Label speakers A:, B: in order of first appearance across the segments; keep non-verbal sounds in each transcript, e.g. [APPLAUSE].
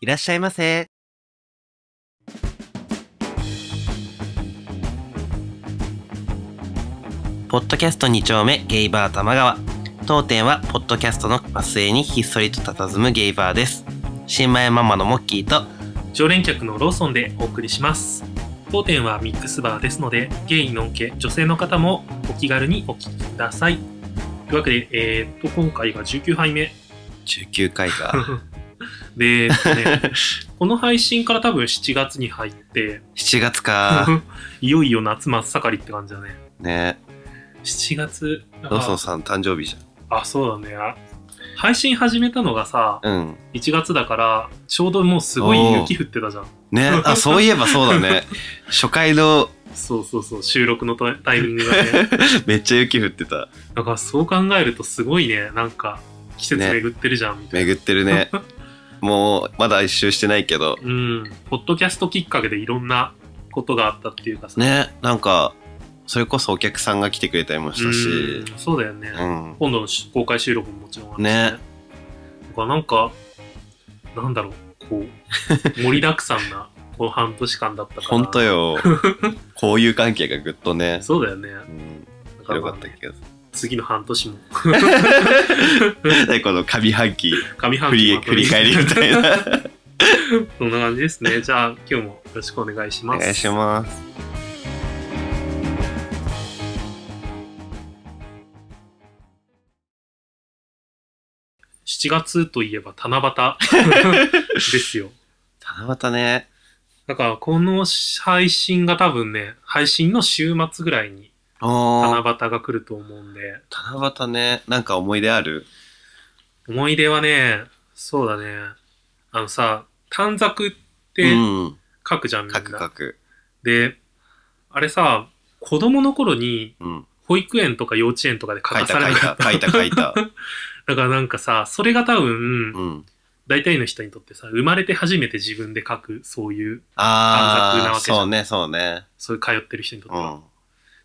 A: いらっしゃいませ。ポッドキャスト2丁目ゲイバー玉川。当店はポッドキャストのバス停にひっそりと佇むゲイバーです。新米ママのモッキーと
B: 常連客のローソンでお送りします当店はミックスバーですのでゲイノンケ女性の方もお気軽にお聞きくださいというわけで、えーっと今回が19杯目
A: 19回が
B: で、えっとね、この配信から多分7月に入って
A: 7月か
B: [LAUGHS] いよいよ夏真っ盛りって感じだね
A: ね
B: 7月
A: ローソンさん誕生日じ
B: あそうだねあ配信始めたのがさ
A: ゃんうん
B: 1月だからちょうどもうすごい雪降ってたじゃん
A: ねあそういえばそうだね初回の
B: そうそうそう収録のタイタイミングがね
A: めっちゃ雪降ってた
B: だからそう考えるとすごいねなんか季節巡ってるじゃんみたいな、
A: 巡ってるねもうまだ一周してないけど
B: うんポッドキャストきっかけでいろんなことがあったっていうかさ
A: ねなんかそれこそお客さんが来てくれたりもしたし
B: うんそうだよね、
A: うん
B: 今度のし公開収録ももちろんあるし
A: ね
B: だからなんかなんだろうこう盛りだくさんな [LAUGHS] この半年間だったから
A: 本当
B: [LAUGHS]
A: よこういう関係がぐっとね、
B: そうだよね
A: うん、
B: だか
A: 広
B: らま
A: が
B: あ
A: っ
B: ね
A: た気がす
B: 次の半
A: [LAUGHS]
B: 年も
A: る [LAUGHS] でこの上半期
B: 上半
A: 振
B: 期
A: り
B: も
A: 振り返りみたいな
B: [LAUGHS] そんな感じですねじゃあ今日もよろしくお願いし
A: お
B: ます
A: 願いします
B: 7月といえば七
A: [LAUGHS]
B: 夕ですよ
A: 七夕ね
B: だから、この配信が多分ね、配信の週末ぐらいに
A: お
B: 七
A: ー
B: 夕が来ると思うんで、
A: 七夕ねなんか思い出ある
B: 思い出はね、そうだね、あのさ、短冊って
A: うん
B: 書くじゃん、みんな。
A: カクカク
B: で、あれさ、子供の頃に
A: うん
B: 保育園とか幼稚園とかで書
A: 書い
B: かさ
A: た書
B: れないかった
A: 書いた書い
B: [LAUGHS]
A: た
B: た。だからなんかさ、それが多分、
A: うん
B: 大体の人にとってさ、生まれて初めて自分で書く、そういう、短冊な
A: ああ
B: わけじゃん
A: そうねそうね
B: そういう通ってる人にとって
A: う
B: は。
A: ん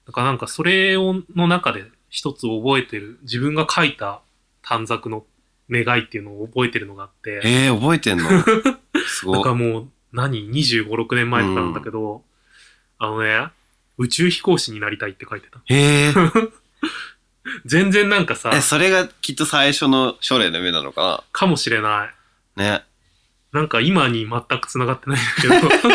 B: だからなんかそれをの中で一つ覚えてる自分が書いた短冊の願いっていうのを覚えてるのがあって
A: えー、覚えてん
B: [LAUGHS]
A: のす
B: なん
A: ご
B: か
A: い
B: もう何2 5 6年前とかなんだけど、あのね宇宙飛行士になりたいって書いてた
A: えー、
B: 全然なんかさ
A: えそれがきっと最初の将来の夢なのか
B: かもしれない
A: なね
B: なんか今に全く繋がってないんだけ
A: [LAUGHS]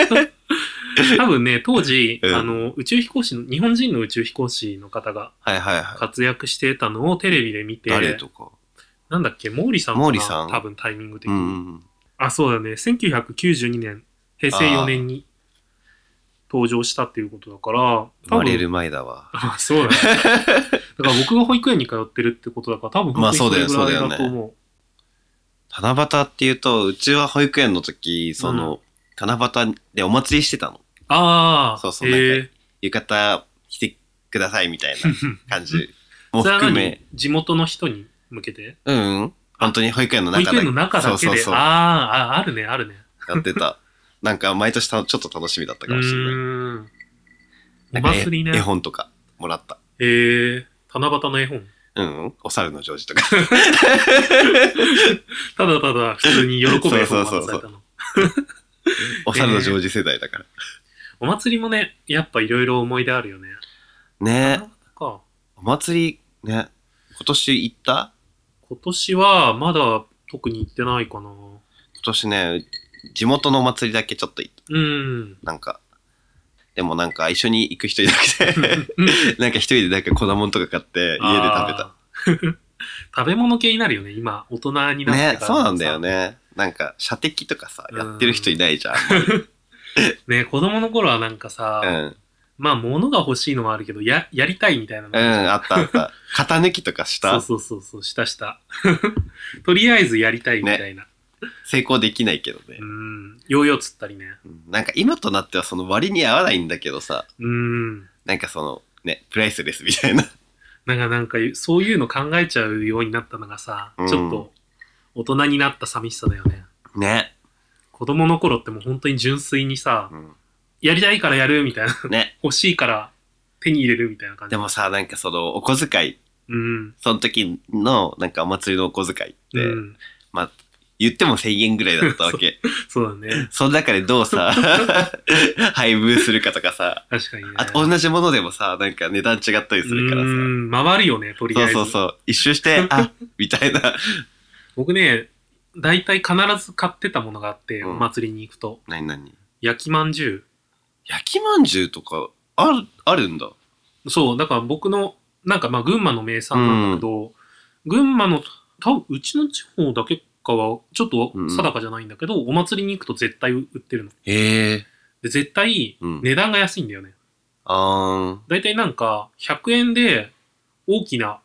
B: ど多分ね当時、
A: うん
B: あの宇宙飛行士の日本人の宇宙飛行士の方が
A: はいはいは
B: 活躍してたのをテレビで見
A: い
B: て
A: 誰とか
B: なんだっけ毛利さんかな
A: 毛利さん
B: 多分タイミング的
A: う
B: に、
A: んうんうん
B: あ、そうだね。1992年、平成4年に登場したっていうことだから、
A: 生
B: 多
A: まれ
B: 分、
A: る前だわ
B: あ、
A: [LAUGHS]
B: そうだね。だから僕が保育園に通ってるってことだから、多分
A: まあ
B: 本当にそれぐらい
A: そうだよ
B: だと
A: そうだ
B: 思う。
A: 七夕っていうとうちは保育園の時その、七夕でお祭りしてたの
B: ああ、
A: そうそう
B: へえ
A: 浴衣着てくださいみ
B: [LAUGHS]
A: たいな感じも
B: それは
A: 含
B: 何
A: め
B: 地元の人に向けて
A: うんうん本当に保育園の
B: 保
A: 中
B: 育
A: だ
B: 園の中だけで、
A: そうそう
B: [LAUGHS]
A: そう
B: あ
A: や
B: ああ、あるね、あるね。
A: ってたなんか毎年たちょっと楽しみだった
B: う
A: かもしれない
B: ーん。お
A: なんか
B: 祭りね。
A: 絵絵
B: へ
A: 本とかもらった
B: え七夕の絵本。
A: うんうんお猿のジョー
B: [LAUGHS]
A: ジとか
B: ただただ普通に喜ぶ絵本を渡さ
A: そうそう
B: れ
A: そ
B: たの。
A: お猿のジョージ世代だから、
B: お祭りもね、やっぱいろいろ思い出あるよね。
A: ね
B: なんか、
A: お祭りね今年行った
B: 今年はまだ特に行ってないかな。
A: 今年ね地元のお祭りだけちょっと行った [LAUGHS]
B: うん。
A: なんかでもなんか一緒に行く人いなく
B: [LAUGHS]
A: てなんか一人でなんか粉もんとか買って家で食べた
B: あー。 [LAUGHS] 食べ物系になるよね、今、大人になってから
A: ね、そうなんだよ。ね。なんか、射的とかさ、
B: うん
A: やってる人いないじゃん。
B: ね、子供の頃はなんかさ、
A: うん。
B: まあ、物が欲しいのはあるけど、や、やりたいみたいなの
A: うん、あったあった。型抜きとかした
B: そうそうそうそう、したした。 [LAUGHS] とりあえずやりたいみたいな。
A: 成功できないけどね
B: う。ん。ヨーヨー釣ったりね。
A: うんなんか今となってはその割に合わないんだけどさ、
B: うん。
A: なんかその、ね、プライスレスみた
B: [LAUGHS]
A: いな。
B: なんか、なんか、そういうの考えちゃうようになったのがさ、
A: うん
B: ちょっと、大人になった寂しさだよね。
A: ね。
B: 子供の頃ってもう本当に純粋にさ、
A: うん
B: やりたいからやるみたいな。 [LAUGHS]
A: ね。
B: 欲しいから手に入れるみたいな感じ。
A: でもさ、なんかその、お小遣い、
B: うん。
A: その時の、なんかお祭りのお小遣いって、
B: うん。
A: まあ、言っても1000円ぐらいだったわけ。
B: そうだね。
A: その中でどうさ、配分するかとかさ、
B: 確かにね。
A: あと同じものでもさ、なんか値段違ったりするから
B: う
A: さ。
B: ーん回るよね、とり
A: そ
B: あ
A: う
B: えず。
A: そうそう。一周して、あ、みたいな。
B: 僕ね、大体必ず買ってたものがあって、
A: うん
B: お祭りに行くと。
A: なになに
B: 焼きまんじゅ
A: 焼きまんじゅうとか、ある、あるんだ。
B: う。そう、だから僕の、なんかまあ群馬の名産なんだけど、群馬の、多分うちの地方だけかは、ちょっと定かじゃないんだけど、お祭りに行くと絶対売ってるの。
A: へえ。
B: で、絶対
A: うん。
B: 値段が安いんだよね。
A: あ
B: 大体なんか、100円で大きな、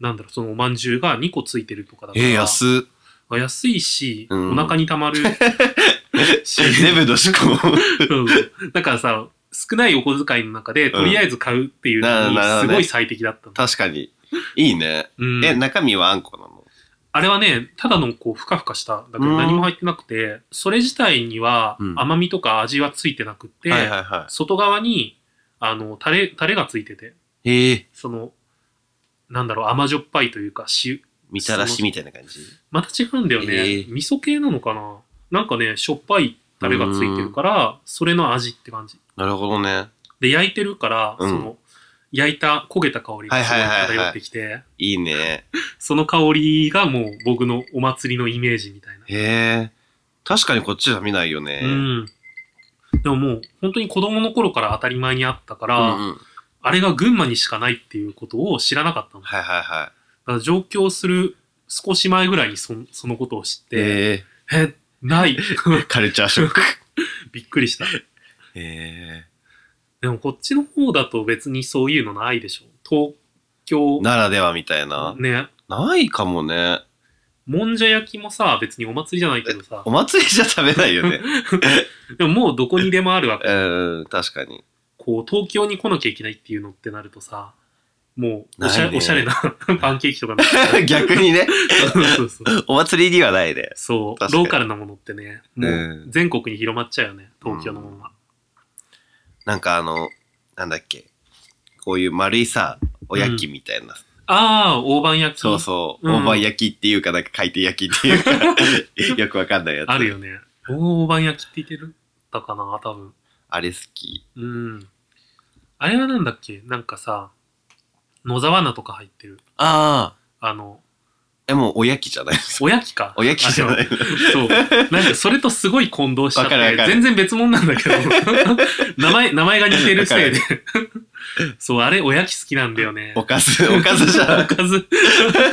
B: なんだろう、そのおまんじゅうが2個ついてるとかだ
A: ー。
B: か
A: え
B: ら。
A: ー、安っ。
B: あ安いし、
A: うん
B: お腹にた
A: [LAUGHS]
B: まるし、
A: デブの思考。
B: うんだからさ、少ないお小遣いの中で、とりあえず買うっていうの
A: うん
B: に
A: なるほど
B: す
A: ね
B: ごい最適だったの
A: 確かに。いいね。
B: うん
A: え、中身はあんこなの
B: あれはね、ただのこう、ふかふかした、
A: う
B: だけ
A: ん
B: ど何も入ってなくて、それ自体には
A: うん
B: 甘みとか味はついてなくて、
A: はいはいは
B: 外側に、あの、タレ、タレがついてて、
A: い。へえ。
B: その、なんだろう、甘じょっぱいというか、塩、
A: みたらしみたいな感じ。
B: また違うんだよね、
A: ええ
B: 味噌系なのかななんかねしょっぱいタレがついてるからそれの味って感じ
A: なるほどね。
B: で焼いてるから、
A: うん
B: その焼いた焦げた香りがすごい
A: はいはいはいはい
B: 漂ってきて
A: いいね。
B: その香りがもう僕のお祭りのイメージみたいな、
A: へえ。確かにこっちじゃ見ないよね。
B: うんでももう本当に子供の頃から当たり前にあったから、
A: うんうん
B: あれが群馬にしかないっていうことを知らなかったのだ
A: はいはいはい。
B: から上京する少し前ぐらいにそそのことを知って、
A: え
B: えな
A: [LAUGHS]
B: い [LAUGHS]
A: ー、カルチャーショック。
B: びっくりした
A: え
B: でもこっちの方だと別にそういうのないでしょ。東京
A: ー、ならではみたいな。
B: ね、
A: ないかもね。
B: もんじゃ焼きもさ、別にお祭りじゃないけどさ
A: お、祭りじゃ食べないよ [LAUGHS] ね。
B: でももうどこにでもあるわけ。
A: うん、確かに。 [LAUGHS]
B: こう、東京に来なきゃいけないっていうのってなるとさ、もうおしゃ,、
A: ないね
B: おしゃれな [LAUGHS] パンケーキと
A: [LAUGHS]
B: かな
A: 逆にね、
B: そうそうそう。
A: お祭りにはないね。
B: そう
A: 確か
B: ロ
A: に
B: ーカルなものってね、もう全国に広まっちゃうよね、東京のものは。
A: なんかあの、なんだっけ。こういう丸いさ、おやきみたいな。
B: ああ、大判焼き。
A: そうそう。
B: うん
A: 大判焼きっていうか、なんか回転焼きって [LAUGHS] いうか、よくわかんないやつ。
B: あるよね。大判焼きって言ってるだかな、多分。
A: あれ好き。
B: うん。あれはなんだっけなんかさ、野沢菜とか入ってる。
A: ああ。
B: あの、
A: え、もうおやきじゃない。
B: おやきか。
A: おやきじゃない。
B: あれはそう。なんかそれとすごい混同しちゃっ
A: わかる
B: て
A: わか、る
B: 全然別物なん
A: [LAUGHS]
B: だけど。名前、名前が似てるせいで。そう、あれおやき好きなんだよね。
A: おか [LAUGHS] ず、おかずじゃな
B: お
A: い。
B: かず。 [LAUGHS]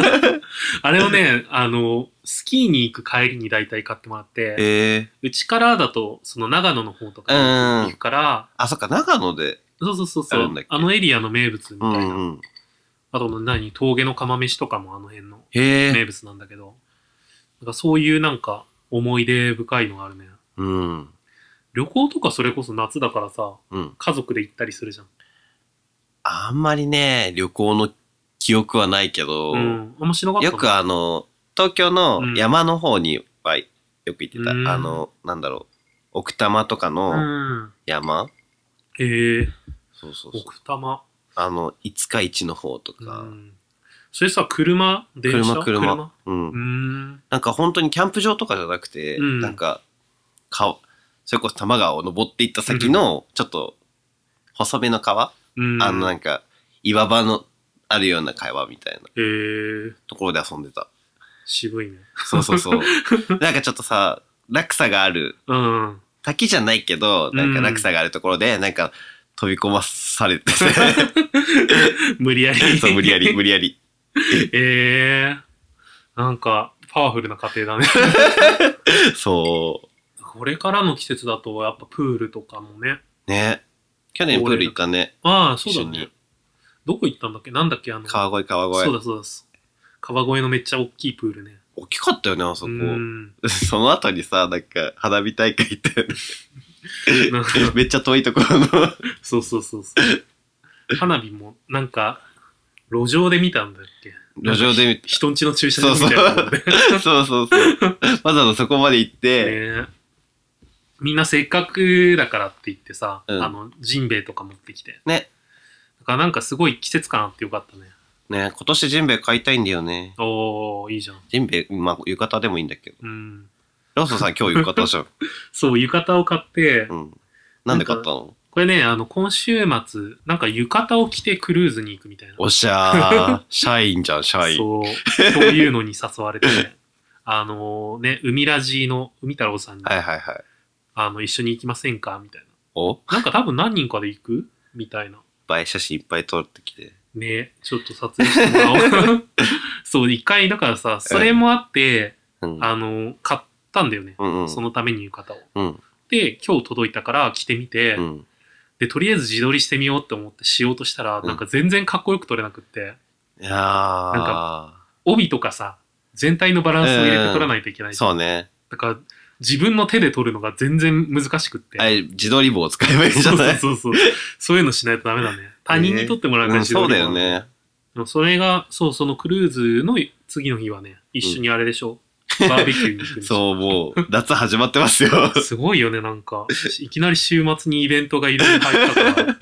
B: あれをね、あの、スキーに行く帰りに大体買ってもらって、
A: ええ
B: うちからだと、その長野の方とかに
A: うんう
B: 行
A: ん
B: く。から、
A: あ、そっか、長野で。
B: そうそうそう
A: あ
B: そ
A: るん
B: う
A: だっけ、
B: あのエリアの名物みた
A: う
B: いな。
A: んうん。
B: あと何峠の釜飯とかもあの辺の
A: へえ。
B: 名物なんだけど、なんかそういうなんか思い出深いのがあるね。
A: うん。
B: 旅行とかそれこそ夏だからさ、
A: うん。
B: 家族で行ったりするじゃん。
A: あんまりね、旅行の記憶はないけど、
B: うん。あんましなかった
A: よ
B: の
A: くあの、東京の山の方にはよく行ってた。
B: うん
A: あの、なんだろう。奥多摩とか
B: う
A: の
B: ん。
A: 山、
B: へえ
A: そうそうそう。
B: 奥多摩。
A: あの、五日市の方とか。
B: うん。それさ、車電車
A: 車、車。うん
B: う。ん。
A: なんか本当にキャンプ場とかじゃなくて、
B: うん
A: なんか、川、それこそ多摩川を登っていった先の、ちょっと、細めの川、
B: うん。
A: あのなんか、岩場のあるような会話みたいな
B: へえ
A: ところで遊んでた。
B: 渋いね。
A: そうそう
B: [LAUGHS]
A: そう。なんかちょっとさ、落差がある、
B: うん。 [LAUGHS]
A: 滝じゃないけど、なんか
B: うん
A: 落差があるところで、なんか、飛び込まされて、
B: [LAUGHS] 無理やり。
A: [LAUGHS] そう、無理やり、。無理やり。
B: [LAUGHS] ええなんか、パワフルな家庭だね。 [LAUGHS]
A: そ
B: これからの季節だと、やっぱプールとかもね。
A: う。ね。去年プール行ったね。
B: ああ、そうだ
A: 一緒
B: ね
A: に。
B: どこ行ったんだっけなんだっけあの、
A: 川越、川越。
B: そうだそうだそう。川越のめっちゃ大きいプールね。
A: 大きかったよね、あそこ。
B: うん。
A: その後にさ、なんか、花火大会行
B: [LAUGHS]
A: ったよね。
B: なんか
A: めっちゃ遠いところの。
B: そうそうそうそう。花火も、なんか、路上で見たんだっけ
A: 路上で見
B: 人んちの駐車場みたいなところで。
A: [LAUGHS] そうそうそう。
B: [LAUGHS]
A: わざわざそこまで行って、
B: ねみんなせっかくだからって言ってさ、
A: うん
B: あの、ジンベエとか持ってきて。
A: ね。
B: だからなんかすごい季節感あってよかったね。
A: ね今年ジンベエ買いたいんだよね。
B: おー、いいじゃん。
A: ジンベエ、まあ、浴衣でもいいんだけど。
B: うん。
A: ローソン
B: [LAUGHS]
A: さん今日浴衣じゃん。
B: そう、浴衣を買って、
A: うん。なんで買ったの
B: これね、あの、今週末、なんか浴衣を着てクルーズに行くみたいな。
A: おしゃー。シャインじゃん、シャイン。
B: そう、そういうのに誘われて、 [LAUGHS] あのね、海ラジの海太郎さんに、
A: はいはいはい。
B: あの、一緒に行きませんかみたい
A: お
B: な。なんか多分何人かで行くみたいな。
A: 映え写真いっぱい撮ってきて。
B: ね、ちょっと撮影してもら
A: [LAUGHS]
B: おう。そう、一回、だからさ、それもあって、
A: うん。
B: あの、買ったんだよね。
A: うんうん。
B: そのために浴衣を。
A: うん。
B: で、今日届いたから着てみて、
A: うん。
B: で、とりあえず自撮りしてみようって思ってしようとしたら、
A: うん
B: なんか全然かっこよく撮れなくって、
A: いやー。な
B: 帯とかさ、全体のバランスを入れて撮らないといけないじゃん
A: そうね。
B: だから、自分の手で撮るのが全然難しくって。 [LAUGHS]
A: あれ、自撮り棒を使えばいいんじ
B: そ
A: ゃ
B: う
A: な
B: そう
A: い
B: そうそう。そういうのしないとダメだね。他人に撮ってもらうか
A: う
B: ら
A: ん、
B: 自撮
A: そう
B: り
A: だよ
B: 棒
A: ね。
B: でもそれが、そう、そのクルーズの次の日はね、一緒にあれでしょ。バーベキューに行くんで
A: [LAUGHS]
B: しょ。
A: そう、もう、夏始まって
B: [LAUGHS]
A: ますよ。
B: すごいよね、なんか。いきなり週末にイベントがいろいろ入ったから。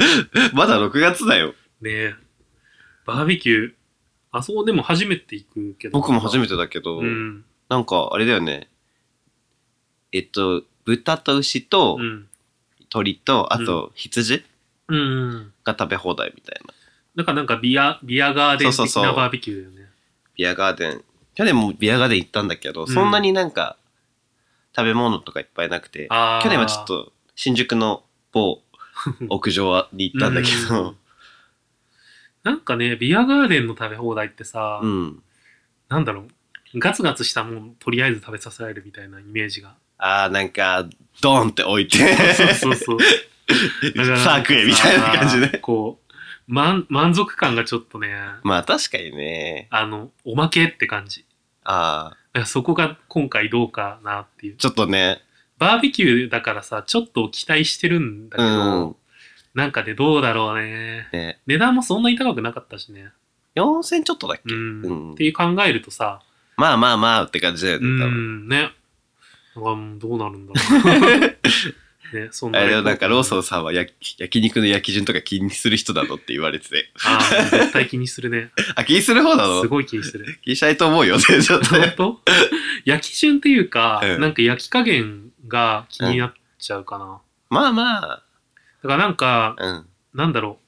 A: まだ6月だよ。
B: ねバーベキュー、あそこでも初めて行くけど。
A: 僕も初
B: め
A: め
B: て。
A: てだけど、
B: うん。
A: なんか、あれだよね。えっと、豚と牛と
B: うん。
A: 鳥と、あと羊
B: うん。
A: が食べ放題みたいな。
B: だからなんかビア、ビアガーデン
A: そう
B: 的
A: そうそ
B: な
A: う
B: バーベキューだよね。
A: ビアガーデン。去年もビアガーデン行ったんだけど、
B: ん
A: そんなになんか、食べ物とかいっぱいなくて、
B: ああ。
A: 去年はちょっと新宿の
B: [LAUGHS]
A: 某屋上に行ったんだけど、
B: なんかね、ビアガーデンの食べ放題ってさ、
A: うん。
B: なんだろう、ガツガツしたもん、とりあえず食べさせられるみたいなイメージ
A: [LAUGHS]
B: が。
A: ああ、なんか、ドンって置い
B: [LAUGHS]
A: て、
B: そうそうそう。だから
A: サークエみたいな感じ
B: あー
A: で。
B: こう、満満足感がちょっとね、
A: まあ確かにね。
B: あの、おまけって感じ。
A: ああ、
B: だからそこが今回どうかなっていう。
A: ちょっとね、
B: バーベキューだからさ、ちょっと期待してるんだ
A: う
B: けど、
A: ん。
B: なんかね、どうだろうね。
A: ね、
B: 値段もそんなに高くなかったしね。
A: 4000ちょっとだっけ、
B: うん。
A: うん
B: っていう考えるとさ、
A: まあまあまあって感じだよ
B: う
A: ね、多分。
B: ん、ね。だからもうどうなるんだろ
A: [LAUGHS]
B: う。ね、そん
A: あ
B: な
A: れでもなんかローソ
B: ン。
A: ンさんは焼き焼肉の焼き順とか気にする人なのって言われてて。
B: ああ、絶対気にするね。
A: [LAUGHS] あ、気にする方なの
B: すごい気に
A: [LAUGHS]
B: する。
A: 気にしないと思うよね、 [LAUGHS] ちょっとね
B: 本。当焼き順っていうか、
A: うん
B: なんか焼き加減が気になっちゃうかな。
A: まあま
B: だからなんか、
A: あ、うん。
B: なんだろ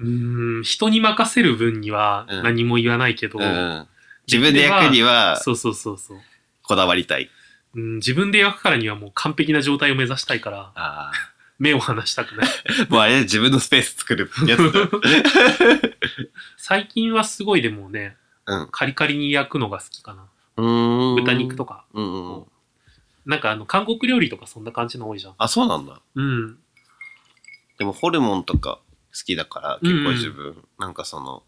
B: う。うーん、人に任せる分には
A: うん
B: 何も言わないけど、
A: うん、自分で焼くには
B: そうそうそうそう。
A: こだわりたい。
B: うん、自分で焼くからにはもう完璧な状態を目指したいから、
A: あ
B: 目を離したくない。
A: あ。 [LAUGHS] もうあれ自分のスペース作るやつだ。
B: 最近はすごいでもね、
A: うん
B: カリカリに焼くのが好きかな。
A: うーん。
B: [LAUGHS] 豚肉と
A: か。
B: か。
A: うんうん。
B: なんかあの、韓国料理とかそんな感じの多いじゃん。
A: あ、そうなんだ。
B: うん。
A: でもホルモンとか好きだから結構自分、なんかその、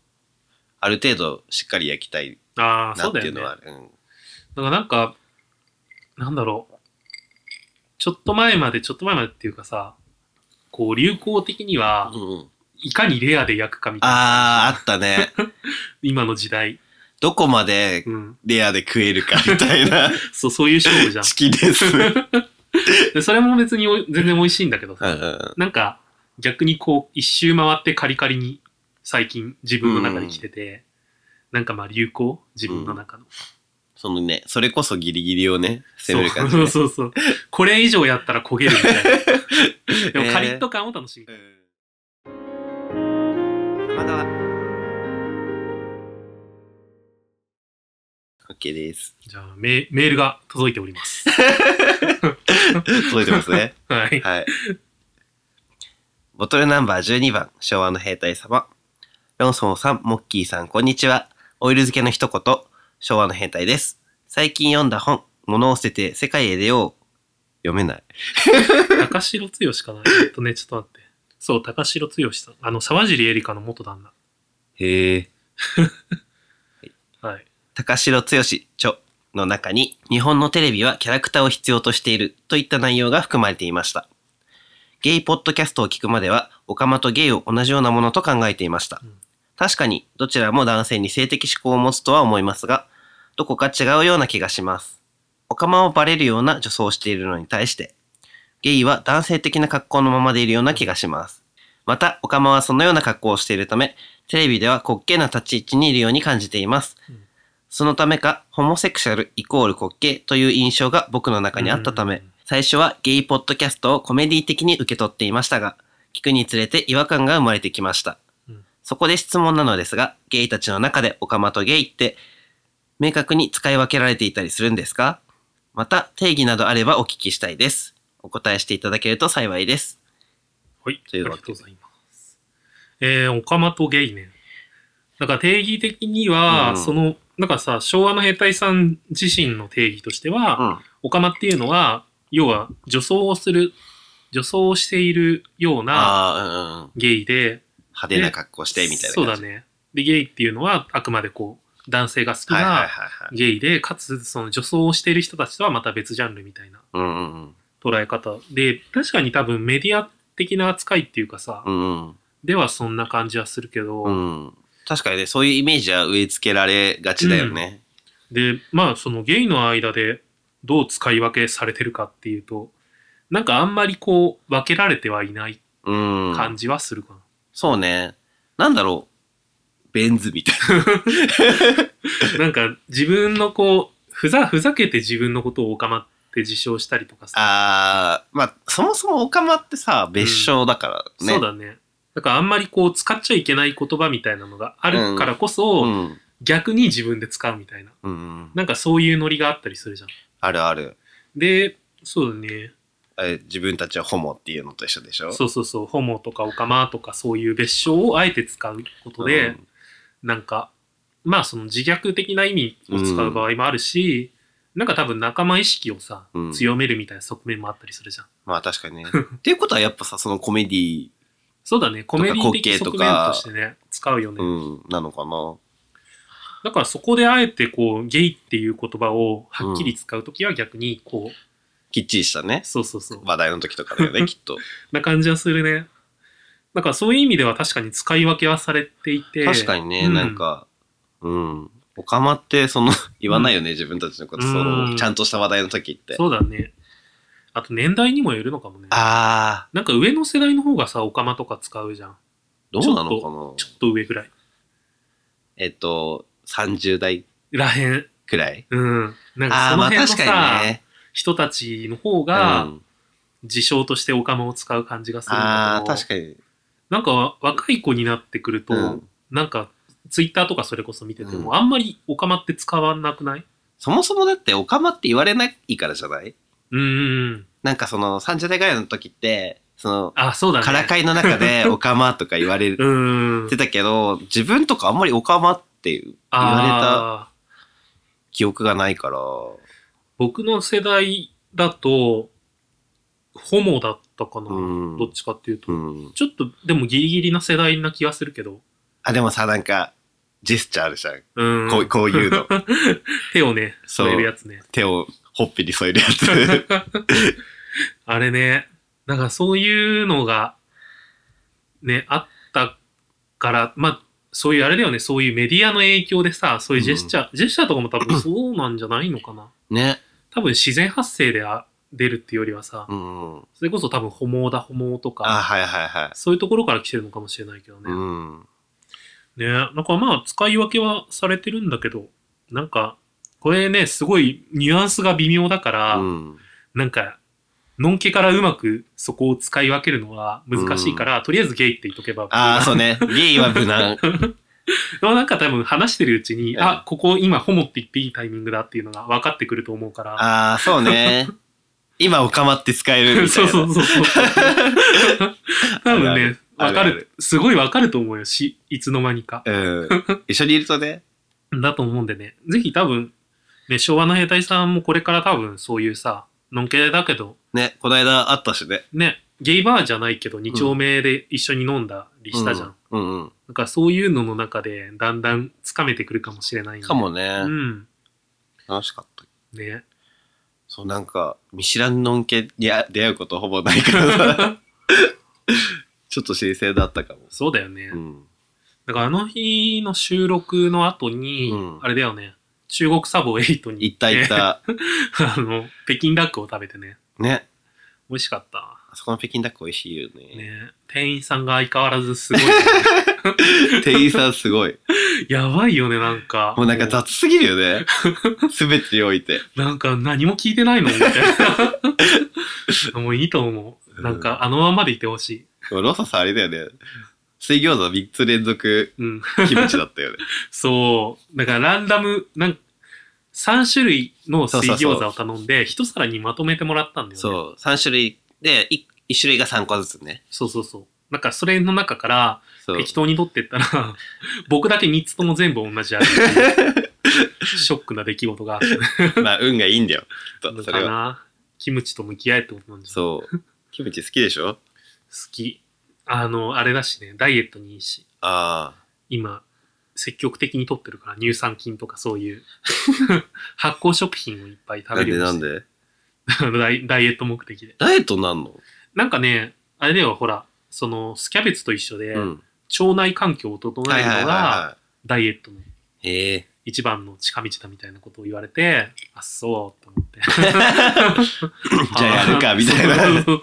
A: ある程度しっかり焼きたい
B: ああ、
A: な
B: そう
A: っ
B: だ
A: てい
B: よ
A: うの
B: ね。だ
A: はあ
B: か
A: る。うん
B: らなんか、なんだろう。ちょっと前まで、ちょっと前までっていうかさ、こう、流行的には、
A: うんうん
B: いかにレアで焼くかみたいな。
A: ああ、あったね。
B: [LAUGHS] 今の時代。
A: どこまで
B: うん。
A: レアで食えるかみたいな
B: そう、そういう勝負 [LAUGHS] じゃん
A: チキンです。うん
B: で。それも別におい全然美味しいんだけどさ。
A: うん
B: なんか、逆にこう、一周回ってカリカリに、最近自分の中で来てて、なんかまあ流行自分の中の。
A: そのね、それこそギリギリをね、攻める
B: そう
A: 感じ、
B: そう
A: ね。
B: そうそう。これ以上やったら焦げる
A: [LAUGHS]
B: みたいな。で
A: え
B: も
A: ー
B: カリッと感を楽しみたい。
A: 玉川。OK
B: [LAUGHS]
A: です。
B: じゃあメ、メールが届いております。
A: 届いてますね。
B: はい。
A: はい。ボトルナンバー12番、昭和の兵隊様。ロンソンさん、モッキーさん、こんにちは。オイル漬けの一言、昭和の兵隊です。最近読んだ本、物を捨てて世界へ出よう。読めない。
B: 高城剛かな。えっとね、ちょっと待って。そう、高城剛さん。あの、沢尻エリカの元旦
A: へえ。
B: 那。はい。
A: 高城剛著の中に日本のテレビはキャラクターを必要としているといった内容が含まれていました。ゲイポッドキャストを聞くまではオカマとゲイを同じようなものと考えていました
B: うん。
A: 確かにどちらも男性に性的思考を持つとは思いますが、どこか違うような気がします。オカマをバレるような女装をしているのに対して、ゲイは男性的な格好のままでいるような気がします。また、オカマはそのような格好をしているため、テレビでは滑稽な立ち位置にいるように感じています
B: うん。
A: そのためか、ホモセクシャルイコール滑稽という印象が僕の中にあったた
B: うん
A: め、最初はゲイポッドキャストをコメディ的に受け取っていましたが、聞くにつれて違和感が生まれてきました
B: うん。
A: そこで質問なのですが、ゲイたちの中でオカマとゲイって明確に使い分けられていたりするんですかまた定義などあればお聞きしたいです。お答えしていただけると幸いです。
B: はい。
A: という
B: あり
A: わ
B: が
A: け
B: とうございます。えー、オカマとゲイね。なんか定義的に
A: う
B: は、
A: ん
B: その、なんかさ、昭和の兵隊さん自身の定義としては、
A: うん。
B: オカマっていうのは、要は女装をする、女装をしているような
A: ああ、うんうん。
B: ゲイで、
A: 派手な格好してみたいな
B: そう
A: 感
B: だ
A: じ。
B: ね。で、ゲイっていうのは、あくまでこう、男性が好き
A: はいはい
B: な
A: はいはい。
B: ゲイで、かつ、その女装をしている人たちとはまた別ジャンルみたいな
A: うんうん
B: 捉え方。で、確かに多分メディア的な扱いっていうかさ、
A: うん。うん
B: ではそんな感じはするけど、
A: うん。うん。確かにね、そういうイメージは植え付けられがちだよね。
B: で、まあ、そのゲイの間でどう使い分けされてるかっていうと、なんかあんまりこう、分けられてはいない
A: うん。
B: 感じはするかな。
A: そうね。なんだろう。ベンズみたい
B: なんか自分のこうふざふざけて自分のことをオカマって自称したりとか
A: な。
B: さ、
A: ああ、まあ、そもそもオカマってさ、別称だからね。
B: そうだねだからあんまりこう使っちゃいけない言葉みたいなのがあるからこそ、
A: うん。
B: 逆に自分で使うみたいな
A: うん。
B: なんかそういうノリがあったりするじゃん
A: あるある。
B: でそうだね
A: あれ自分たちはホモっていうのと一緒でしょ
B: そうそうそうホモとかオカマとかそういう別称をあえて使うことで、
A: うん
B: なんかまあその自虐的な意味を使う場合もあるし、なんか多分仲間意識をさ、
A: うん
B: 強めるみたいな側面もあったりするじゃん
A: まあ確かにね。
B: [LAUGHS]
A: っていうことはやっぱさ、そのコメディ、
B: そうだね、コメディ的
A: 滑稽
B: 側
A: と
B: 面
A: か
B: としてね、使うよね。
A: うん、なのかな。
B: だからそこであえてこう、ゲイっていう言葉をはっきり使うときは逆にこう、
A: きっちりしたね。
B: そうそうそう、
A: 話題の時とかだよ
B: [LAUGHS]
A: ね、きっと。
B: な感じはするね。だからそういう意味では確かに使い分けはされていて。
A: 確かにね、
B: うん
A: なんか、うん。オカマって、その、 [LAUGHS] 言わないよね、自分たちのこと、
B: うん
A: その、ちゃんとした話題の時って。
B: そうだね。あと年代にもよるのかもね。
A: あ
B: なんか上の世代の方がさ、オカマとか使うじゃん。
A: ー、どうなのかな
B: ちょっと上ぐらい。
A: えっと、30代
B: らへん。
A: くらい
B: うん。なん
A: あ
B: かそ
A: ー、
B: の
A: まあ
B: 辺のさ
A: 確、かにね。
B: 人たちの方
A: うん、
B: が
A: あ
B: 自称としてオカマを使う感じがするんだ
A: あ
B: け
A: ー、
B: ど。
A: 確かに。
B: なんか若い子になってくると、
A: うん
B: なんかツイッターとかそれこそ見てても、
A: うん
B: あんまりオカマって使わなくない
A: そもそもだって、オカマって言われないからじゃない
B: うん。
A: なんかその、30代ぐらいの時って、その、
B: あ、そうだね。
A: からかいの中
B: [LAUGHS]
A: で、オカマとか言われ
B: うん。
A: てたけど、自分とかあんまりオカマっていう言われた
B: あー
A: 記憶がないから、
B: 僕の世代だと、ホモだったかな、
A: うん
B: どっちかっていうと。
A: うん。
B: ちょっと、でもギリギリな世代な気がするけど。
A: あ、でもさ、なんか、ジェスチャーあるじゃん。
B: うん。
A: こうこういう
B: [LAUGHS]
A: の。
B: 手をね、
A: そう
B: 添えるやつね。
A: 手をほっぺに添えるや
B: [LAUGHS]
A: つ。
B: あれね、なんかそういうのが、ね、あったから、まあ、そういうあれだよね、そういうメディアの影響でさ、そういうジェスチャー、ジェスチャーとかも多分そうなんじゃないのかな。
A: ね。
B: 多分自然発生であ出るっていうよりはさ、
A: うんうん。
B: それこそ多分、ホモだ、ホモと
A: あ、
B: か、
A: はいはいはい。
B: そういうところから来てるのかもしれないけどね。
A: うん。
B: ね、なんかまあ、使い分けはされてるんだけど、なんか、これね、すごいニュアンスが微妙だから、
A: うん
B: なんか、のんけからうまくそこを使い分けるのは難しいから、とりあえずゲイって言っとけば。
A: ああ、そうね。ゲイは無難。
B: でもなんか多分話してるうちに、
A: うん
B: あ、ここ今ホモって言っていいタイミングだっていうのが分かってくると思うから。
A: ああ、そうね。今、オカマって使えるみたいな。
B: そうそうそ
A: [LAUGHS]
B: うそう。多分ね、
A: あるあるあ
B: 分か
A: るあ
B: る
A: る、
B: すごい分かると思うよし、いつの間にか。
A: うん。一緒にいるとね。
B: だと思うんでね、ぜひ多分、ね、昭和の兵隊さんもこれから多分そういうさ、のんけだけど、
A: ね、この間あったしね。
B: ね、ゲイバーじゃないけど、二丁目で一緒に飲んだりしたじゃん
A: うんうん。
B: なんかそういうのの中でだんだんつかめてくるかもしれないんで
A: かも
B: う
A: ね。
B: ん。
A: 楽しかった。
B: ね。
A: そう、なんか、見知らんのんけにあ出会うことほぼないから
B: [LAUGHS]
A: さ。ちょっと新鮮だったかも。
B: そうだよね。
A: うん。
B: だからあの日の収録の後に、
A: うん
B: あれだよね、中国サボ8に [LAUGHS]
A: 行った行った。
B: あの、北京ダックを食べてね、
A: ね。
B: 美味しかった。
A: あそこの北京ダック美味しいよね。
B: ね店員さんが相変わらずす
A: [LAUGHS]
B: ごい。
A: 店員さんす
B: [LAUGHS]
A: ごい。
B: やばいよね、なんか。
A: もうなんか雑すぎるよね。すべてにおいて。
B: なんか何も聞いてないのみたい
A: [LAUGHS]
B: な。もういいと思う。なんかあのままでいてほしい。
A: でもローソンさんあれだよね。水餃子3つ連続
B: うん。
A: キムチだった
B: [LAUGHS]
A: よね。
B: そう。だからランダム、なん3種類の水
A: そうそう
B: 餃子
A: そう
B: を頼んで、一皿にまとめてもらったんだよね。
A: そう。3種類で、1, 種類が3個ずつね。
B: そうそうそう。なんかそれの中から
A: そう。
B: 適当に取ってった
A: [LAUGHS]
B: ら、僕だけ3つとも全部同じ味っていう。ショックな出来事があった
A: まあ、運がいいんだよ。きっと
B: の
A: そ
B: か
A: れは。
B: な。キムチと向き合えってことなんじゃない
A: そう。キムチ好きでしょ
B: 好き。あの、あれだしね、ダイエットにいいし、
A: ああ。
B: 今、積極的に取ってるから、乳酸菌とかそういう、
A: [LAUGHS]
B: 発酵食品をいっぱい食
A: な
B: べ
A: ん
B: る
A: で
B: よう
A: な
B: に
A: ん
B: して
A: で
B: [LAUGHS] ダイダイエット目的で。
A: ダイエットなんの、
B: なんかね、あれではほら、その、スキャベツと一緒で、
A: うん。
B: 腸内環境を整えるのが、
A: い
B: ダイエットの
A: い。へえ。 [LAUGHS]
B: 一番の近道だみたいなことを言われて、あ、そう、と思っ
A: [LAUGHS]
B: て。
A: じゃあやる
B: [LAUGHS]
A: かみたいな
B: そうそうそう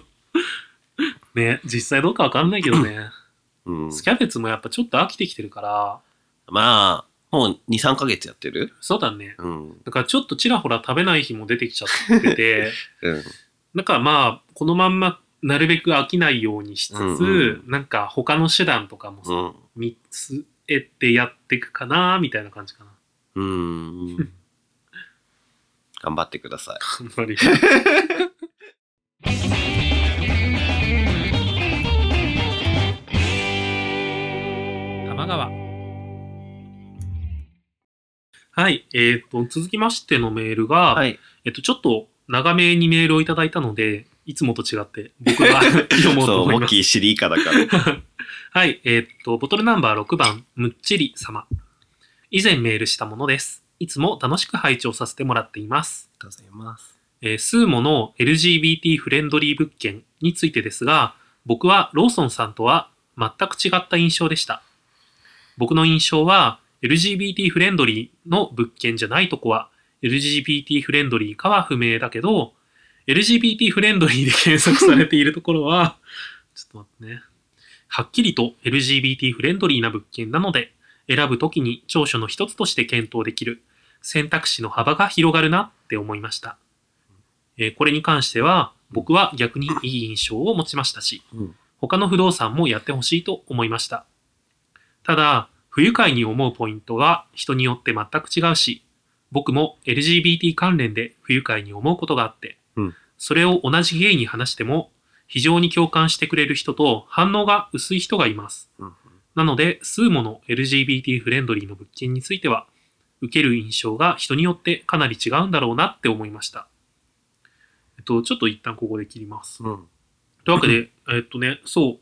B: ね、実際どうかわかんないけどね。
A: うん。
B: スキャベツもやっぱちょっと飽きてきてるから、
A: まあ、もう2、3ヶ月やってる
B: そうだね。
A: うん。
B: だからちょっとちらほら食べない日も出てきちゃってて、
A: [LAUGHS] うん。
B: だからまあ、このまんまなるべく飽きないようにしつつ、
A: うんうん
B: なんか他の手段とかもさ、
A: うん。
B: 見つえてやっていくかな、みたいな感じかな。
A: うん。 [LAUGHS] 頑張ってください。
B: あん
A: [LAUGHS]
B: まり。玉川。はい、えっ、と、続きましてのメールが、
A: い。
B: えっと、ちょっと長めにメールをいただいたので、いつもと違って僕
A: [LAUGHS]
B: が読もうと
A: そう、
B: 思い
A: モッ
B: ます。
A: キーシリーカだから。
B: はい、えーっと、ボトルナンバー6番、むっちり様。以前メールしたものです。いつも楽しく拝聴させてもらっています。
A: とうございます。
B: えー、スーモの LGBT フレンドリー物件についてですが、僕はローソンさんとは全く違った印象でした。僕の印象は、LGBT フレンドリーの物件じゃないとこは、LGBT フレンドリーかは不明だけど、LGBT フレンドリーで検索されているところは、 [LAUGHS] ちょっと待ってね。はっきりと LGBT フレンドリーな物件なので、選ぶときに長所の一つとして検討できる選択肢の幅が広がるなって思いました。えーこれに関しては、僕は逆にいい印象を持ちましたし、
A: うん。
B: 他の不動産もやってほしいと思いました。ただ、不愉快に思うポイントが人によって全く違うし、僕も LGBT 関連で不愉快に思うことがあって、
A: うん
B: それを同じゲイに話しても、非常に共感してくれる人と反応が薄い人がいます。
A: うん
B: なので、数もの LGBT フレンドリーの物件については、受ける印象が人によってかなり違うんだろうなって思いました。えっと、ちょっと一旦ここで切ります。
A: うん。
B: [LAUGHS] というわけで、えっとね、そ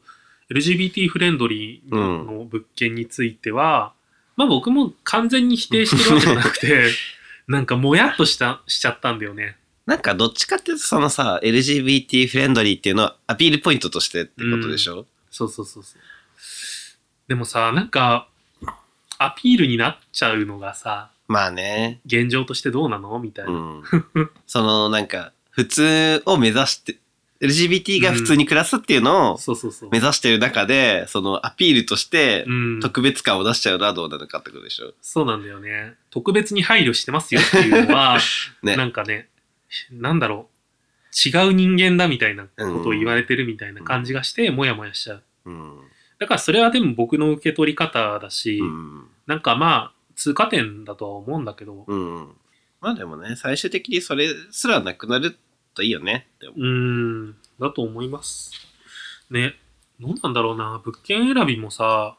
B: う、LGBT フレンドリーの物件については、まあ僕も完全に否定してるわけじゃなくて、 [LAUGHS] なんかもやっとした、しちゃったんだよね。
A: なんかどっちかっていうとそのさ、LGBT フレンドリーっていうのはアピールポイントとしてってことでしょ、
B: そうそうそうそう。でもさ、なんか、アピールになっちゃうのがさ、
A: まあね。
B: 現状としてどうなのみたいな。 [LAUGHS]
A: うん。そのなんか、普通を目指して、LGBT が普通に暮らすっていうのを
B: そうそうそう。
A: 目指してる中で、そのアピールとして
B: うん、
A: 特別感を出しちゃうのはどうなのかってことでしょ
B: そうなんだよね。特別に配慮してますよっていうのは、
A: [LAUGHS] ね
B: なんかね、なんだろう、違う人間だみたいなことを言われてるみたいな感じがして、もやもやしちゃう。
A: うん。
B: だからそれはでも僕の受け取り方だし、
A: うん。
B: なんかまあ、通過点だとは思うんだけど、
A: うん。まあでもね、最終的にそれすらなくなるといいよねって思う
B: うーん、だと思います。ね、どうなんだろうな、物件選びもさ、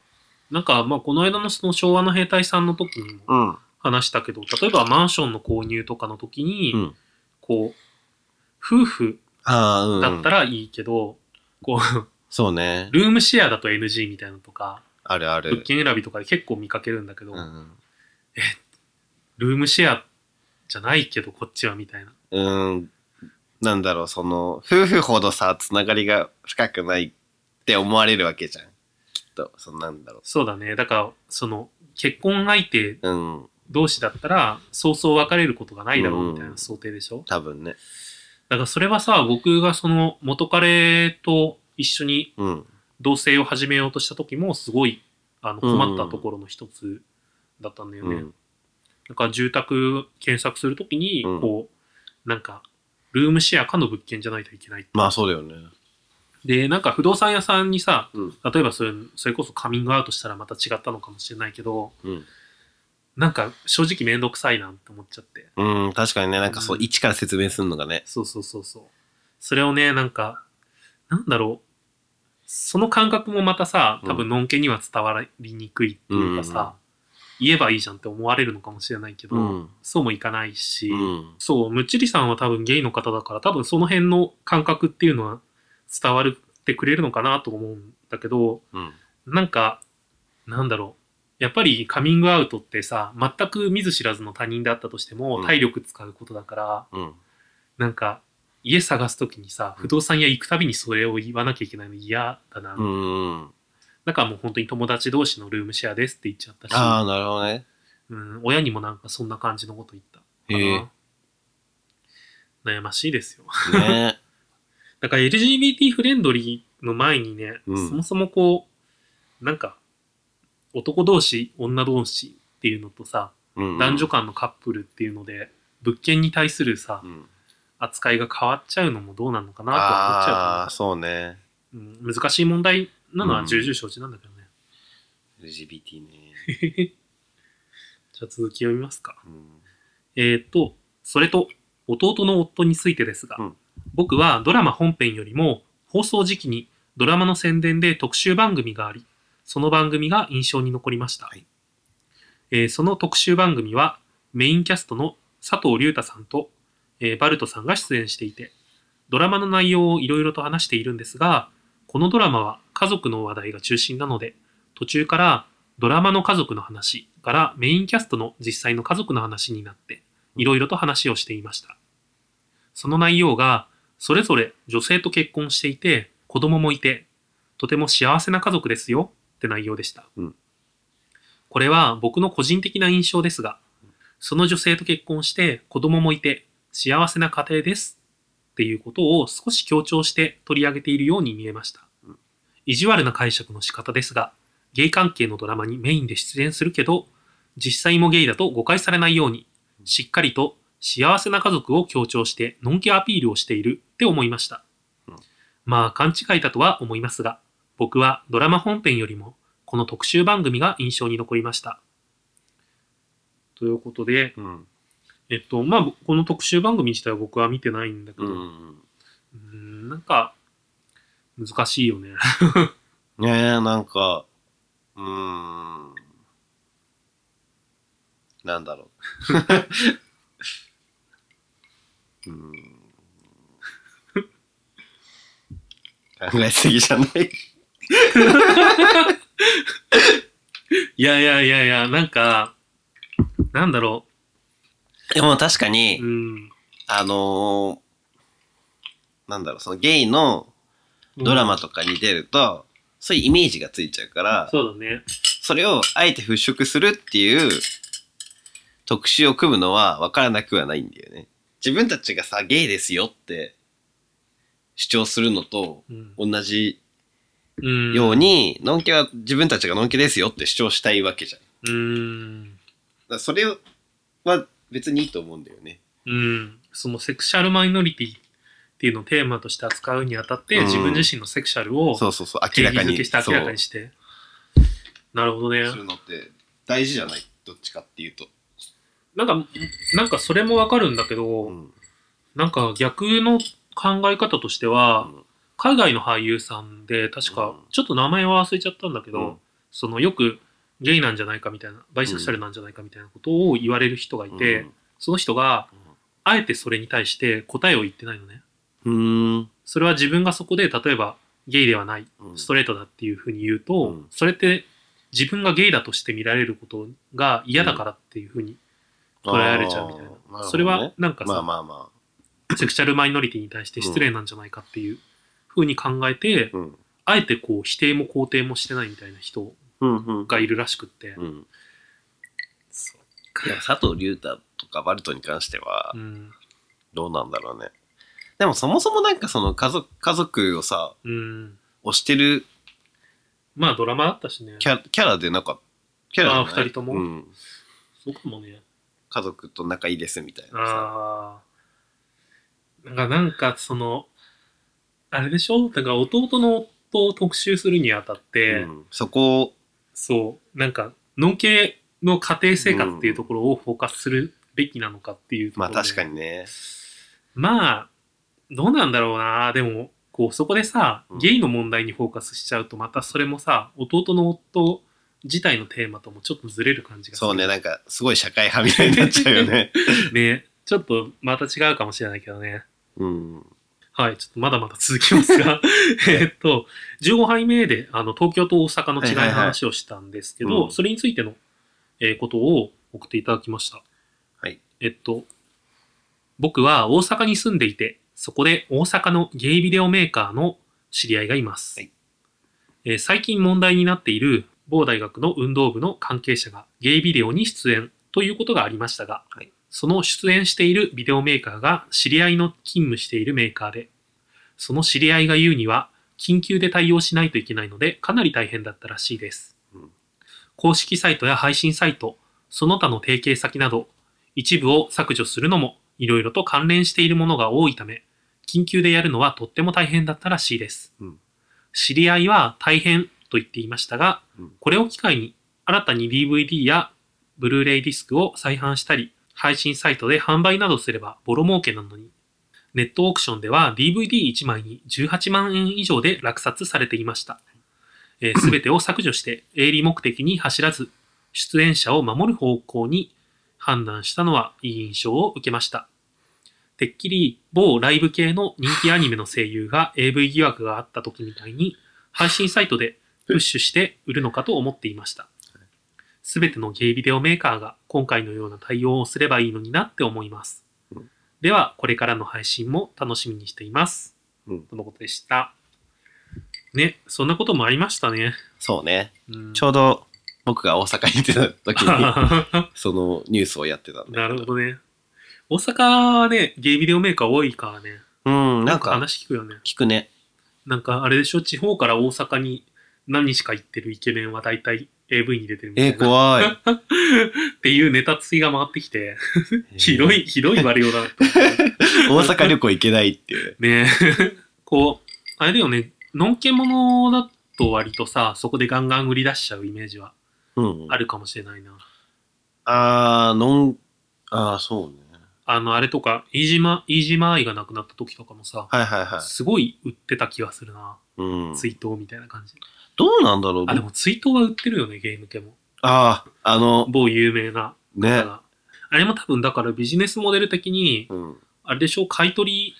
B: なんかまあ、この間のその昭和の兵隊さんの時にも
A: うん。
B: 話したけど、例えばマンションの購入とかの時に、
A: うん
B: こう、夫婦
A: ああ、うん。
B: だったらいいけど、こう、 [LAUGHS]
A: そうね。
B: ルームシェアだと NG みたいなのとか、
A: あるあ
B: 物
A: る。
B: 件選びとかで結構見かけるんだけど、
A: うん。
B: ルームシェアじゃないけどこっちはみたいな。
A: うん。なんだろう、その、夫婦ほどさ、つながりが深くないって思われるわけじゃん。きっと、そのなんだろ
B: そうだね。だから、その、結婚相手
A: う。うん。
B: 同士だったら、そうそう別れることがないだろうみたい
A: うん
B: な想定でしょ、
A: 多分ね。
B: だからそれはさ、僕がその元彼と一緒に
A: うん。
B: 同棲を始めようとした時も、すごいあの困ったところの一つだったんだよ
A: う
B: ね。
A: ん。
B: なんか住宅検索するときに、
A: うん
B: こう、なんか、ルームシェアかの物件じゃないといけない。
A: まあそうだよね。
B: で、なんか不動産屋さんにさ、
A: うん。
B: 例えばそれそれこそカミングアウトしたらまた違ったのかもしれないけど、
A: うん。
B: なんか正直めんどくさいなって思っちゃって。
A: うん、確かにね、なんかそう、
B: うん
A: 一から説明するのがね。
B: そうそうそうそう。それをね、なんか、なんだろう。その感覚もまたさ、多
A: う
B: 分、のんけには伝わりにくいっていうかさ、言えばいいじゃんって思われるのかもしれないけど、
A: うん。
B: そうもいかないし、
A: うん。
B: そう、むっちりさんは多分ゲイの方だから、多分その辺の感覚っていうのは伝わってくれるのかなと思うんだけど、
A: うん。
B: なんか、なんだろう。やっぱりカミングアウトってさ、全く見ず知らずの他人であったとして
A: う
B: も、
A: ん
B: 体力使うことだから、
A: うん。
B: なんか、家探すときにさ、
A: うん
B: 不動産屋行くたびにそれを言わなきゃいけないの嫌だな。
A: うん。
B: だからもう本当に友達同士のルームシェアですって言っちゃったし、
A: ああ、なるほどね。
B: うん、親にもなんかそんな感じのこと言ったか
A: へえ
B: な。悩ましいですよ。 [LAUGHS]
A: ね
B: だから LGBT フレンドリーの前にね、
A: うん
B: そもそもこう、なんか、男同士、女同士っていうのとさ、
A: うん
B: 男女間のカップルっていうので、物件に対するさ
A: う、ん。
B: 扱いが変わっちゃうのもどうなのかなとは思っち
A: あ
B: ゃ
A: あ、そうね。
B: うけどね、うん難しい問題なの
A: う
B: は
A: ん
B: 重々承知なんだけどね。
A: LGBT ね。
B: [LAUGHS] じゃあ続き読みますか。
A: うん
B: えーっと、それと、弟の夫についてですが、
A: うん
B: 僕はドラマ本編よりも、放送時期にドラマの宣伝で特集番組があり、その番組が印象に残りました。
A: はい
B: えーその特集番組は、メインキャストの佐藤隆太さんと、えーバルトさんが出演していて、ドラマの内容をいろいろと話しているんですが、このドラマは家族の話題が中心なので、途中からドラマの家族の話からメインキャストの実際の家族の話になって、いろいろと話をしていました。その内容が、それぞれ女性と結婚していて、子供もいて、とても幸せな家族ですよって内容でした。
A: うん
B: これは僕の個人的な印象ですが、その女性と結婚して子供もいて幸せな家庭ですっていうことを少し強調して取り上げているように見えました
A: うん。
B: 意地悪な解釈の仕方ですが、ゲイ関係のドラマにメインで出演するけど、実際もゲイだと誤解されないように、しっかりと幸せな家族を強調して、のんけアピールをしているって思いました
A: うん。
B: まあ、勘違いだとは思いますが、僕はドラマ本編よりも、この特集番組が印象に残りました。ということで、
A: うん。
B: えっと、まあ、この特集番組自体は僕は見てないんだけ
A: う
B: ど、
A: ん。
B: うーんなんか、難しいよね。 [LAUGHS]
A: ねえ、なんか、うーん。なんだろう。 [LAUGHS] うん。考えすぎじゃない
B: いやいやいやいや、なんか、なんだろ
A: でも確か
B: う。
A: に、
B: うん。
A: あのーなんだろう、そのゲイのドラマとかに出ると、そういうイメージがついちゃうから、
B: そうだね。
A: それをあえて払拭するっていう特集を組むのは分からなくはないんだよね。自分たちがさ、ゲイですよって主張するのと
B: うん
A: 同じ
B: うん。
A: ように、のんけは自分たちがのんけですよって主張したいわけじゃん。だか
B: うん。
A: らそれは別にいいと思うんだよね。
B: うん。そのセクシャルマイノリティっていうのをテーマとして扱うにあたって、
A: うん
B: 自分自身のセクシャルを
A: そうそうそう、
B: 定
A: 明ら
B: 義
A: か
B: づ
A: に。
B: けして明らかにして。なるほどね
A: そう。するのって大事じゃないどっちかっていうと。
B: なんか、なんかそれもわかるんだけど、
A: うん
B: なんか逆の考え方として
A: う
B: は、
A: ん
B: 海外の俳優さんで、確か
A: うん、
B: ちょっと名前は忘れちゃったんだけど、
A: うん
B: そのよくゲイなんじゃないかみたいな、バイセクシャルなんじゃないかみたいなことを言われる人がいて、その人が、あえてそれに対して答えを言ってないのね。
A: うん、うん
B: それは自分がそこで、例えば、ゲイではない、
A: うん
B: ストレートだっていうふうに言うと、
A: うん
B: それって自分がゲイだとして見られることが嫌だからっていうふうに捉えられちゃうみたいな。
A: あーるほどね
B: それはなんかさ、
A: まあまあま
B: セクシャルマイノリティに対して失礼なんじゃないかっていうふうに考えて、
A: あ。うん。
B: あえてこう否定も肯定もしてないみたいな人
A: うんうん
B: がいるらしくって。
A: うん。
B: そ
A: いや佐藤隆太とかバルトに関しては
B: う、ん、
A: どうなんだろうね。でもそもそもなんかその家族、家族をさ、
B: うん。
A: 推してる
B: まあドラマあったしね。
A: キャキャラでなんか、キャラじゃない
B: あー二人とも
A: うん。
B: そうかもね。
A: 家族と仲いいですみたいなさ。
B: ああ。なんか、なんかその、あれでしょだから弟の夫を特集するにあたって、
A: うんそこを、
B: そう、なんか、のんけの家庭生活っていうところをフォーカスするべきなのかっていうとこ
A: ま
B: ろ
A: あ
B: で
A: 確かにね。
B: まあ、どうなんだろうな。でも、こう、そこでさ
A: うん、
B: ゲイの問題にフォーカスしちゃうと、またそれもさ、弟の夫自体のテーマともちょっとずれる感じがする。
A: そうね、なんかすごい社会派みたいになっちゃうよね。
B: ね。ちょっと、また違うかもしれないけどね。
A: うん。
B: はい、ちょっとまだまだ続きま
A: [LAUGHS]
B: すが、えっと、15杯目で、あの、東京と大阪の違いの
A: はいはいはい
B: 話をしたんですけど、
A: うん
B: それについての、えーことを送っていただきました。
A: はい。
B: えっと、僕は大阪に住んでいて、そこで大阪のゲイビデオメーカーの知り合いがいます。
A: はい
B: えー最近問題になっている某大学の運動部の関係者がゲイビデオに出演ということがありましたが、
A: はい
B: その出演しているビデオメーカーが知り合いの勤務しているメーカーで、その知り合いが言うには、緊急で対応しないといけないので、かなり大変だったらしいです。
A: うん
B: 公式サイトや配信サイト、その他の提携先など、一部を削除するのもいろいろと関連しているものが多いため、緊急でやるのはとっても大変だったらしいです。
A: うん
B: 知り合いは大変と言っていましたが、
A: うん
B: これを機会に新たに DVD やブルーレイディスクを再販したり、配信サイトで販売などすればボロ儲けなのに、ネットオークションでは DVD1 枚に18万円以上で落札されていました。す、え、べ、全てを削除して営利目的に走らず、出演者を守る方向に判断したのはいい印象を受けました。てっきり某ライブ系の人気アニメの声優が AV 疑惑があった時みたいに配信サイトでプッシュして売るのかと思っていました。すべてのゲイビデオメーカーが今回のような対応をすればいいのになって思います。では、これからの配信も楽しみにしています。
A: うん
B: とのことでした。ね、そんなこともありましたね。
A: そうね。
B: うん
A: ちょうど僕が大阪に出た時に、そのニュースをやってたんだけ
B: [LAUGHS] なるほどね。大阪はね、ゲイビデオメーカー多いからね。
A: うん、なんか
B: 話聞くよね。
A: 聞くね。
B: なんかあれでしょ、地方から大阪に何日か行ってるイケメンは大体 AV に出てるみた
A: えー、
B: いな。
A: 怖い。
B: っていうネタついが回ってきて、 [LAUGHS] ひどい、ひどい割りようだなと思って。
A: 大阪旅行行けないっていう。
B: ね [LAUGHS] えこう、あれだよね、のんけものだと割とさ、そこでガンガン売り出しちゃうイメージは
A: うん。
B: あるかもしれないな。
A: あー、のん、あー、そうね。
B: あの、あれとか、飯島、飯島愛が亡くなった時とかもさ、
A: はいはいはい。
B: すごい売ってた気がするな。
A: うん。
B: 追悼みたいな感じ。
A: どうなんだろう
B: あ、でも追悼は売ってるよね、ゲーム系も。
A: あー、あの、
B: 某有名な
A: ね。
B: あれも多分だからビジネスモデル的に、
A: うん。
B: あれでしょ、買い取り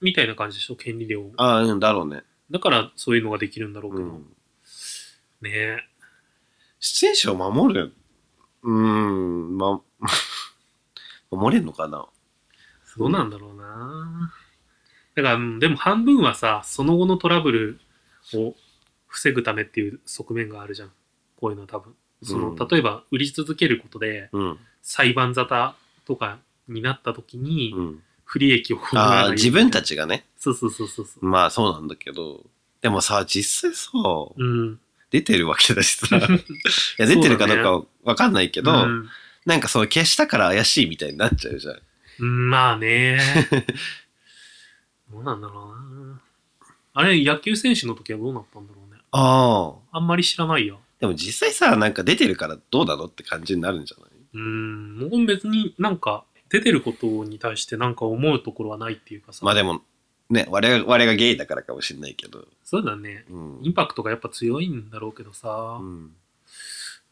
B: みたいな感じでしょ、権利料を。
A: あー、うんだろうね。
B: だからそういうのができるんだろうけ
A: う
B: ど。
A: ん。
B: ねえ。
A: 出演者を守る。うーん、ま、 [LAUGHS] 守れんのかな。
B: どうなんだろうな。だから、うんでも半分はさ、その後のトラブルを防ぐためっていう側面があるじゃん。こういうのは多分。その、
A: うん
B: 例えば売り続けることで、
A: うん。
B: 裁判沙汰とかになった時に
A: う、ん。
B: 不利益を被らない
A: あ
B: よ
A: ー、
B: うに
A: 自分たちがね。
B: そうそうそうそうそう。
A: まあそうなんだけど。でもさ、実際さ、
B: うん。
A: 出てるわけだし [LAUGHS] さ。いや、出てるかどうかはわかんないけど、
B: うん
A: なんかそう消したから怪しいみたいになっちゃうじゃん。
B: うんまあ
A: [LAUGHS]
B: ね。どうなんだろうな。あれ、野球選手の時はどうなったんだろうね。
A: ああ。
B: あんまり知らないよ。
A: でも実際さ、なんか出てるからどうなのって感じになるんじゃないう
B: ーん、もう別になんか、出てることに対してなんか思うところはないっていうかさ。
A: まあでも、ね、我々我々がゲイだからかもしれないけど。
B: そうだね。
A: うん。
B: インパクトがやっぱ強いんだろうけどさ
A: う。ん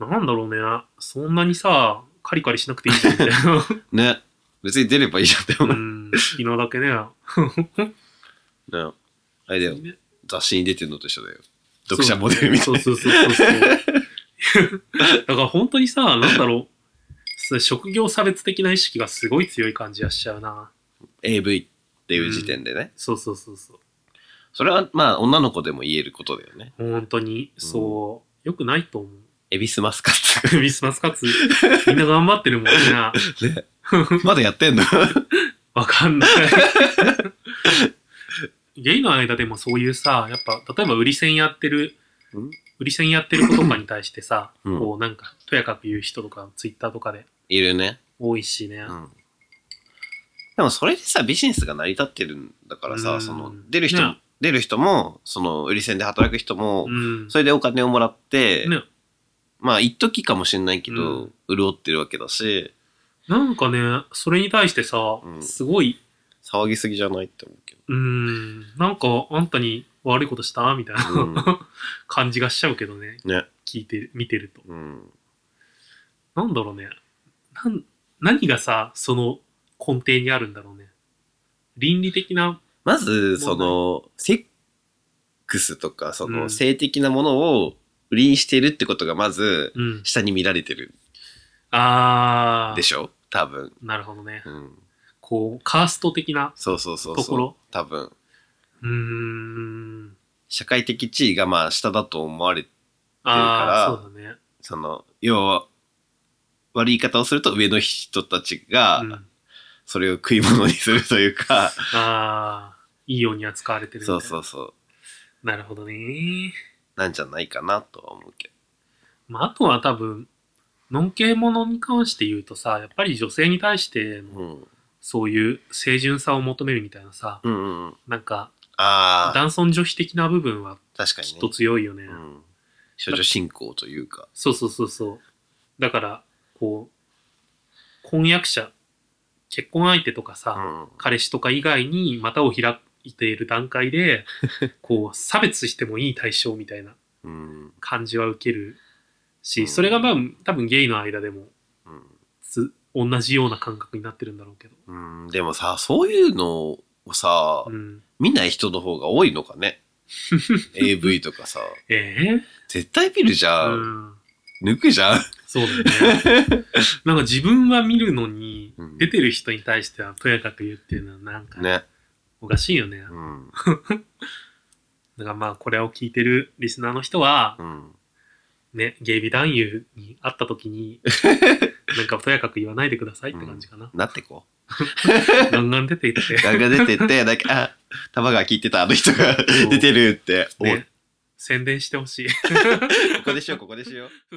B: なんだろうね。そんなにさ、カリカリしなくていいじゃんみたい
A: [LAUGHS]
B: な。
A: ね。別に出ればいいじゃんって
B: う
A: 思う。
B: ん、昨日だけね。
A: ね。あれだよ。雑誌に出てるのと一緒だよ。読者モデルみたい
B: そう
A: な。
B: そうそうそうそう。だから本当にさ、なんだろう。そう職業差別的な意識がすごい強い感じがしちゃうな。
A: AV っていう時点でね。
B: そうそうそうそう。
A: それはまあ女の子でも言えることだよね。
B: 本当に、そう。よくないと思う。
A: エビスマスカッ
B: クリスマスカツ、みんな頑張ってるもんな。
A: [LAUGHS] ツ。まだやってんの
B: わかんない。ゲイの間でもそういうさ、やっぱ、例えば売り線やってる
A: うん、
B: 売り線やってる子とかに対してさ、
A: うん
B: こうなんか、とやかく言う人とか、ツイッターとかで
A: いるね。
B: 多いしね。
A: うん。でもそれでさ、ビジネスが成り立ってるんだから
B: う
A: さ、
B: ん
A: その、出る人も
B: ね、
A: 出る人も、その、売り線で働く人も
B: う、ん。
A: それでお金をもらって、
B: ね、
A: まあ、一時かもしれないけ
B: う
A: ど、潤ってるわけだし、
B: なんかね、それに対してさ、
A: うん
B: すごい、
A: 騒ぎすぎじゃないって思うけど。
B: うん、なんか、あんたに悪いことしたみたいな、
A: うん
B: [LAUGHS] 感じがしちゃうけどね。
A: ね。
B: 聞いてる、見てると。
A: うん。
B: なんだろうね。なん、何がさ、その根底にあるんだろうね。倫理的な、
A: まず、
B: 問題
A: その、セックスとか、その、
B: うん
A: 性的なものを売りにしてるってことが、まず、
B: うん。
A: 下に見られてる
B: あ
A: でしょ多分。
B: ー、なるほどね。
A: うん。
B: こう、カースト的な、
A: そうそうそう
B: とこ
A: そう
B: ろ。
A: 多分。
B: うーん。
A: 社会的地位が、まあ、下だと思われ
B: あ
A: っ
B: ー、そうだね。
A: その、要は、悪い言い方をすると上の人たちが
B: う、ん、
A: それを食い物にするというか、
B: あー、いいように扱われてるみたい
A: そ
B: な。
A: うそうそう、
B: なるほどね。
A: なんじゃないかなとは思うけ
B: まあ、あとは多分、のんけものに関して言うとさ、やっぱり女性に対して
A: ど。
B: の、
A: うん。
B: そういう清純さを求めるみたいなさ、
A: うんうんうん。
B: なんか、
A: ああ、
B: 男尊女卑的な部分は
A: 確かに
B: き
A: ね。
B: っと強いよね。
A: うん。少女信仰というか。
B: そうそうそうそう。だから、こう、婚約者、結婚相手とかさ、
A: うんうん。
B: 彼氏とか以外に股を開いている段階
A: [LAUGHS]
B: で、こう、差別してもいい対象みたいな
A: うん。
B: 感じは受けるし、
A: うん
B: それがまあ、多分ゲイの間でも
A: うん
B: つ、同じような感覚になってるんだろうけど。
A: うん。でもさ、そういうのをさ、
B: うん。
A: 見ない人の方が多いのか
B: [LAUGHS]
A: ね。AV とかさ、
B: え
A: 絶対見るじ
B: え
A: ゃ。
B: うんん。
A: 抜くじゃん。
B: そうだよね。
A: [LAUGHS]
B: なんか自分は見るのに
A: う、ん
B: 出てる人に対してはとやかく言うっていうのはなんか、
A: ね。
B: おかしいよね。
A: うん。
B: だからまあこれを聞いてるリスナーの人は
A: う、ん。
B: ね、ゲイビ男優に会った
A: [LAUGHS]
B: 時に、なんかとやかく言わないでくださいって感じかな。
A: なってこう。
B: ガンガン出ていって。
A: [LAUGHS] ガンガン出て [LAUGHS] って、なんか、あ、玉川聞いてた、あの人が
B: う
A: 出てるって。おい
B: ね、宣伝してほしい。 [LAUGHS]
A: ここでしよう、ここでしよう。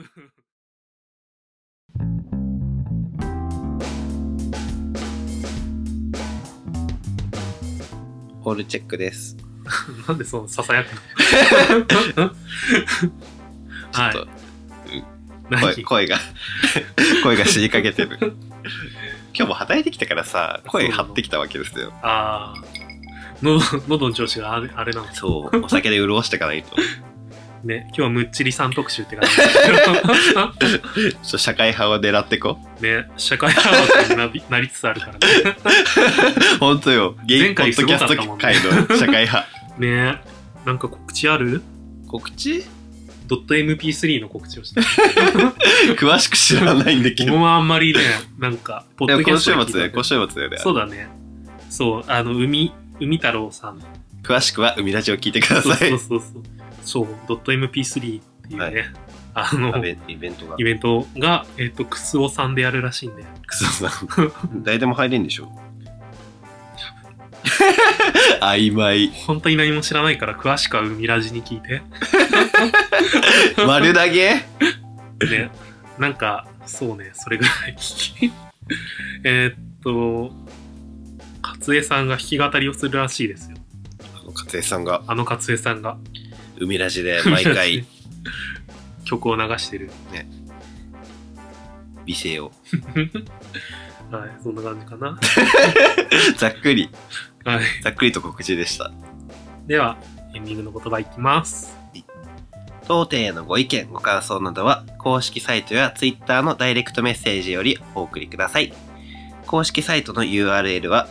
A: オールチェックです。
B: なんでそのささやく
A: [LAUGHS]
B: の [LAUGHS]
A: ちょっ
B: はい
A: と、。
B: 何
A: 声声が、 [LAUGHS] 声が死にかけてる。今日も働いてきたからさ、声張ってきたわけですよ。
B: ああ。喉喉の調子があれあれなの。
A: そう、お酒で潤していかないと。
B: ね、今日はむっちりさん特集って感じ。
A: [LAUGHS] ちょっと社会派を狙ってこ。
B: ね、社会派閥になびなりつつあるからね。 [LAUGHS]
A: 本当よ。ゲイ
B: 前
A: ポ
B: 回
A: ッドキャスト
B: すごか
A: 界
B: っ
A: の社会
B: [LAUGHS]
A: 派。
B: ねなんか告知ある
A: 告知
B: ドット .mp3 の告知をした。
A: 詳しく知らないんだけ
B: 僕
A: ど。
B: もあんまりね、なんか、ポ
A: [LAUGHS] でも今週
B: で聞いた
A: 末だよ、今週末だよね。
B: そうだね。そう、あの、海、海太郎さん。
A: 詳しくは海ラジを聞いてくだ
B: そう
A: さい
B: そう。そうそう。そう、ドット .mp3 っていうね、
A: はい
B: あの、
A: イベイベントが
B: イ。ベントが、えっ、と、くすおさんでやるらしいんで。
A: クソさん。誰でも入れんでしょ [LAUGHS] 曖昧。
B: 本当に何も知らないから、詳しくは海ラジに聞
A: [LAUGHS]
B: いて。
A: 丸投げ
B: ね、なんか、そうね、それぐらい。 [LAUGHS] えーっと、勝江さんが弾き語りをするらしいですよ。
A: あの、勝江さんが
B: あの勝江さんが
A: 海ラジで毎回
B: [LAUGHS] 曲を流してる。
A: 美声を。
B: はい、そんな感じかな。
A: [LAUGHS]
B: [LAUGHS]
A: ざっくり、
B: はい。
A: ざっくりと告知でした。
B: では、エンディングの言葉いきます。
A: 当店へのご意見、ご感想などは、公式サイトや Twitter のダイレクトメッセージよりお送りください。公式サイトの URL は、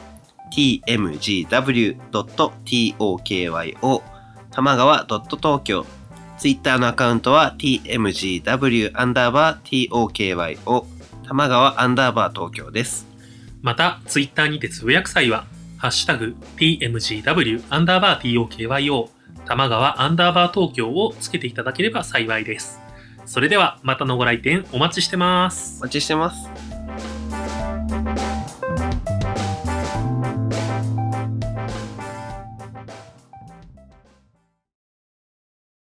A: tmgw.tokyo 玉川 .tokyo Twitter のアカウントは tmgw アンダーバー tokyo 玉川アンダーバー東京です。
B: また、ツイッターにてつぶやく際は、ハッシュタグ、tmgw アンダーバー tokyo、玉川アンダーバー東京をつけていただければ幸いです。それでは、またのご来店お待ちしてます
A: お。待ちしてます。